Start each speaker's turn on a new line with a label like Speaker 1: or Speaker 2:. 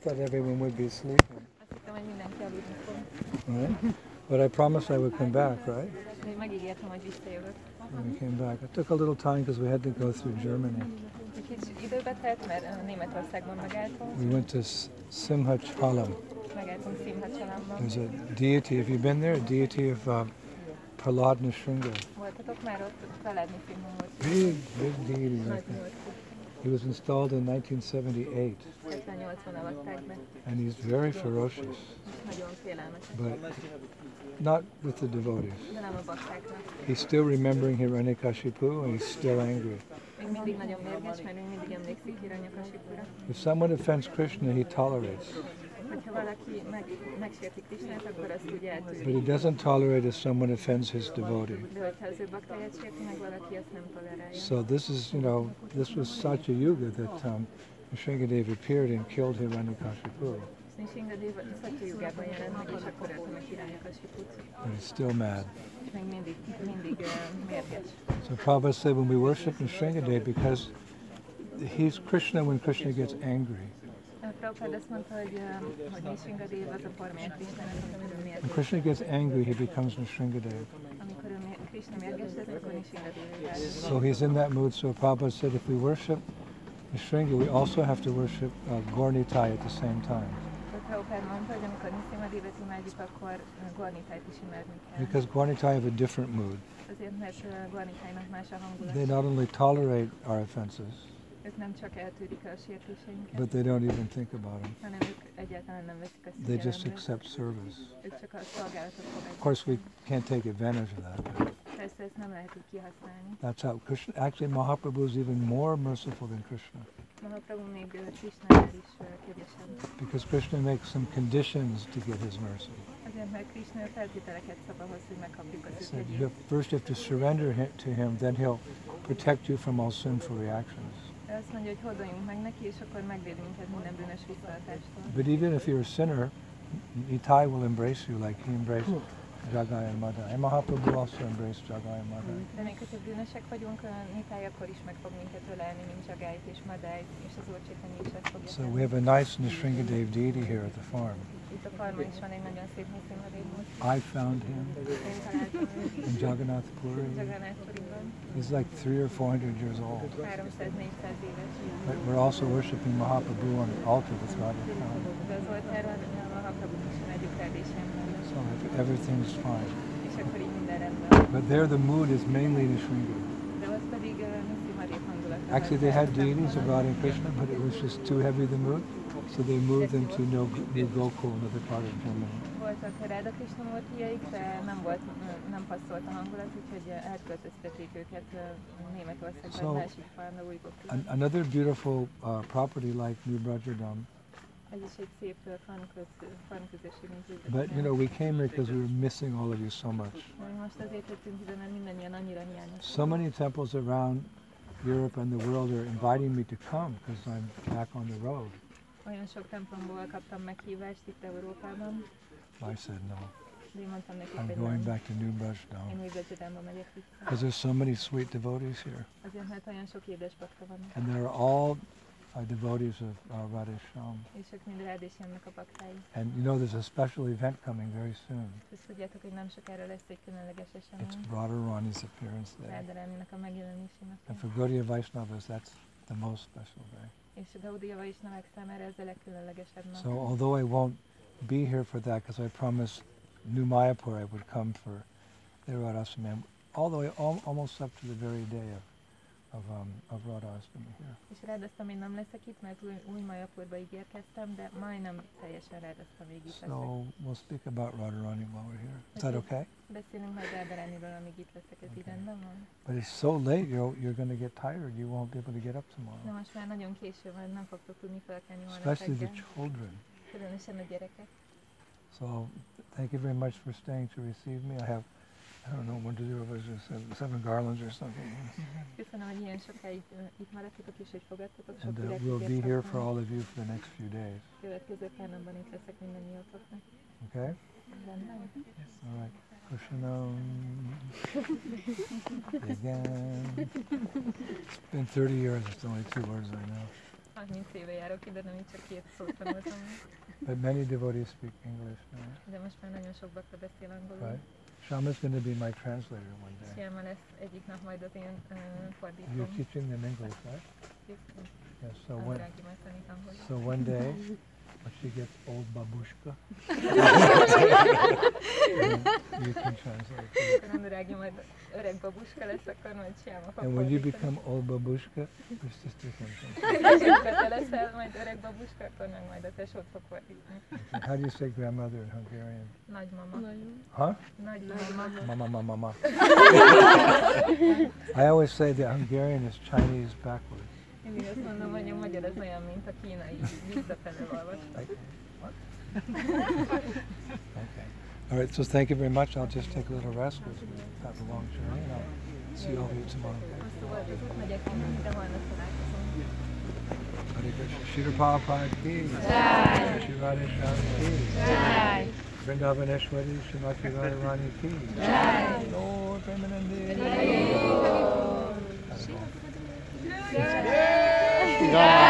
Speaker 1: thought everyone would be sleeping,
Speaker 2: Así que mañana que abrimos con-
Speaker 1: right? But I promised I would come back, right?
Speaker 2: may magigiyat naman yung saver.
Speaker 1: And we came back. It took a little time because we had to go through Germany.
Speaker 2: Egy kicsit időbe telt, mert ö, Németországban megálltunk,
Speaker 1: We went to S- Simhat Halam.
Speaker 2: megálltunk Színhacsalámban.
Speaker 1: There's a deity. Have you been there? A deity of uh, Prahlad Nisringa.
Speaker 2: Voltatok már ott, feledni filmom volt.
Speaker 1: Big, big deity.
Speaker 2: Nagy
Speaker 1: Like that.
Speaker 2: nyolc,
Speaker 1: He was installed in 1978,
Speaker 2: 78-ban avatták be.
Speaker 1: and he's very ferocious,
Speaker 2: Nagyon félelmetes.
Speaker 1: but not with the devotees.
Speaker 2: De nem a baktáknak.
Speaker 1: He's still remembering Hiranyakashipu, and he's still angry.
Speaker 2: Még mindig nagyon mérges, mert még mindig emlékszik Hiranyakasipura.
Speaker 1: If someone offends Krishna, he tolerates,
Speaker 2: Hogyha valaki meg, megsérti Krisnát, akkor azt ugye
Speaker 1: but he
Speaker 2: eltűri.
Speaker 1: doesn't tolerate if someone offends his devotee.
Speaker 2: De hogyha az ő baktáját sérti meg valaki, azt nem tolerálja.
Speaker 1: So this is, you know, this was Satya Yuga that um, Sringadev appeared and killed Hiranyakashipu,
Speaker 2: És Ingadév a Szatyúgában jelent meg, és akkor ölte meg Hiranyakasiput.
Speaker 1: and he's still mad.
Speaker 2: És még mindig, mindig ö, mérges.
Speaker 1: So Prabhupada said when we worship Nisringadev, because he's Krishna when Krishna gets angry.
Speaker 2: A Prabhupád azt mondta, hogy, ö, hogy Nishingadév az a formált létenek, amikor ő
Speaker 1: When
Speaker 2: mérges.
Speaker 1: Krishna gets angry, he becomes Nisringadev.
Speaker 2: Amikor ő mér, Krishna mérges lesz, akkor Nishingadév változik.
Speaker 1: So he's in that mood. So Prabhupada said if we worship Nisringa, we also have to worship uh, Gornitai at the same time.
Speaker 2: A Prabhupád mondta, hogy amikor Nishingadévet imádjuk, akkor ö, Gornitájt is imádni kell.
Speaker 1: Because Gornitai have a different mood.
Speaker 2: Azért, mert ö, Gornitájnak más a
Speaker 1: They
Speaker 2: hangulat.
Speaker 1: not only tolerate our offenses,
Speaker 2: Ők nem csak eltűrik a sértéseinket,
Speaker 1: but they don't even think about them.
Speaker 2: hanem ők egyáltalán nem veszik a
Speaker 1: They just
Speaker 2: szükségemre.
Speaker 1: accept service.
Speaker 2: Ők csak a szolgálatot
Speaker 1: Of
Speaker 2: fogadják.
Speaker 1: course, we can't take advantage of that. but
Speaker 2: Persze ezt nem lehet így kihasználni.
Speaker 1: That's how Krishna. Actually, Mahaprabhu is even more merciful than Krishna
Speaker 2: Mahaprabhu még ö, Krishnánál is ö, kegyesebb.
Speaker 1: because Krishna makes some conditions to get his mercy.
Speaker 2: Azért, mert Krishna feltételeket szab ahhoz, hogy megkapjuk az
Speaker 1: So
Speaker 2: ő
Speaker 1: you have, first you have to surrender hi- to him, then he'll protect you from all sinful reactions.
Speaker 2: Ő azt mondja, hogy hordoljunk meg neki, és akkor megvéd minket minden bűnös visszaatástól.
Speaker 1: But even if you're a sinner, Nitai will embrace you like he embraced Jagai and Madai. And Mahaprabhu also embraced Jagai and Madai.
Speaker 2: De még hogyha bűnösek vagyunk, ö, Nitály akkor is meg fog minket ölelni, mint Jagáit és Madáit, és az Úr Csétanyi is ezt fogja
Speaker 1: So
Speaker 2: tenni.
Speaker 1: we have a nice Nisringadev deity here at the farm.
Speaker 2: Itt a farmon is van egy nagyon szép Niszimadémhoz.
Speaker 1: I found him
Speaker 2: Én találtam őt
Speaker 1: in Jagannath Puri.
Speaker 2: Jagannáthpuriban.
Speaker 1: He's like three or four hundred years old.
Speaker 2: 300-400 éves.
Speaker 1: But we're also worshiping Mahaprabhu on an altar with Radha Krishna.
Speaker 2: De az oltáron a Mahaprabhu is megy üteldésem,
Speaker 1: So ev- everything's fine.
Speaker 2: és akkor így minden rendben van.
Speaker 1: But there the mood is mainly Nisringa.
Speaker 2: De az pedig uh, Missy Maria hangulata.
Speaker 1: Actually, they had deities of Radha and Krishna, but it was just too heavy the mood. So they moved them to no, New Gokul, another part of Germany.
Speaker 2: Voltak Ráda Krishna múltjaik, de nem, volt, ö, nem passzolt a hangulat, úgyhogy ö, átköltöztették őket ö, Németországba,
Speaker 1: So-
Speaker 2: so, másik falna új
Speaker 1: An- another beautiful uh, property like New Brajadam.
Speaker 2: Ez is egy szép ö, fan, köz, fan közösség, mint ez.
Speaker 1: But you know, we came here because we were missing all of you so much.
Speaker 2: Mi most azért tettünk ide, mert mindannyian annyira hiányos.
Speaker 1: So many temples around Europe and the world are inviting me to come because I'm back on the road.
Speaker 2: Olyan sok templomból kaptam meghívást itt Európában,
Speaker 1: I said no.
Speaker 2: de én mondtam nekik,
Speaker 1: I'm
Speaker 2: hogy
Speaker 1: going
Speaker 2: nem.
Speaker 1: back to New Brajadam
Speaker 2: Én évbecsedámba megyek vissza.
Speaker 1: because there's so many sweet devotees here,
Speaker 2: Azért, mert olyan sok édes bakta van,
Speaker 1: and they're all uh, devotees of uh, Radha Shyam.
Speaker 2: és ők mind rád és jönnek a baktái.
Speaker 1: And you know, there's a special event coming very soon.
Speaker 2: Ezt tudjátok, hogy nem sokára lesz egy különleges
Speaker 1: It's
Speaker 2: esemény.
Speaker 1: Radha Rani's appearance there,
Speaker 2: Rádaráminak a megjelenési
Speaker 1: and
Speaker 2: napja.
Speaker 1: for Gaudiya Vaishnavas, that's the most special day.
Speaker 2: És Gaudiava is nevek számára ez a legkülönlegesebb nap.
Speaker 1: So although I won't be here for that, because I promised New Mayapur I would come for Radhastami, all the way, al- almost up to the very day of, of, um, of Radhastami here.
Speaker 2: És rádasztam, én nem leszek itt, mert új, új majapurba ígérkeztem, de majdnem teljesen rádasztam, még itt leszek.
Speaker 1: So we'll speak about Radharani while we're here. Is that okay?
Speaker 2: Beszélünk majd Rádarámiról, amíg itt leszek, ez így rendben van?
Speaker 1: But it's so late, you're, you're going to get tired. You won't be able to get up
Speaker 2: De
Speaker 1: tomorrow.
Speaker 2: most már nagyon késő van, nem fogtok tudni felkelni holnap
Speaker 1: Especially the
Speaker 2: reggel.
Speaker 1: children.
Speaker 2: Különösen a gyerekek.
Speaker 1: So thank you very much for staying to receive me. I have, I don't know, one, two, three, four, five, six, seven, seven garlands or something.
Speaker 2: Köszönöm, hogy ilyen sokáig ö, itt maradtatok, és hogy fogadtatok
Speaker 1: And
Speaker 2: sok
Speaker 1: uh,
Speaker 2: üreget
Speaker 1: we'll be here for
Speaker 2: kaptam.
Speaker 1: all of you for the next few days.
Speaker 2: Következő párnamban itt leszek mindannyiatoknak.
Speaker 1: Okay?
Speaker 2: Rendben?
Speaker 1: All right. Pushing on. Again. It's been 30 years. It's only two words I know.
Speaker 2: 30 éve járok ide, nem így csak két szót tanultam,
Speaker 1: But many devotees speak English, right?
Speaker 2: de most már nagyon sok bakra beszél angolul.
Speaker 1: right? Shama's going to be my translator one day.
Speaker 2: Siama lesz egyik nap majd az én uh,
Speaker 1: You're
Speaker 2: fordítom.
Speaker 1: teaching them English, right? Yes. So
Speaker 2: Az
Speaker 1: one,
Speaker 2: Drági majd Szóval- tanít angolul.
Speaker 1: so one day, when she gets old babushka, you, you can translate. for her.
Speaker 2: Akkor Andorági majd öreg babuska lesz, akkor majd Siama fog
Speaker 1: And when you
Speaker 2: fordítani.
Speaker 1: become old babushka, your sister can translate.
Speaker 2: És amikor te leszel majd öreg babuska, akkor meg majd a tesót fog fordítani.
Speaker 1: How do you say grandmother in Hungarian?
Speaker 2: Nagymama.
Speaker 3: Nagyon.
Speaker 1: Huh?
Speaker 2: Nagymama.
Speaker 1: Mama, mama, mama. I always say that Hungarian is Chinese backwards.
Speaker 2: Mindig azt mondom, hogy a magyar az olyan, mint a kínai, visszafele olvas.
Speaker 1: Okay. All right, so thank you very much. I'll just take a little rest because we have a long journey and I'll see all of you tomorrow.
Speaker 2: Hosszú volt az út, Szóval, megyek innen, de holnap találkozunk.
Speaker 1: Hare Krishna. Shri Prabhupada ki. Shri Radhesham ki.
Speaker 3: Jai.
Speaker 1: Vrindavaneshwari Srimati Radharani ki. Lord Premanandi.
Speaker 3: Jai.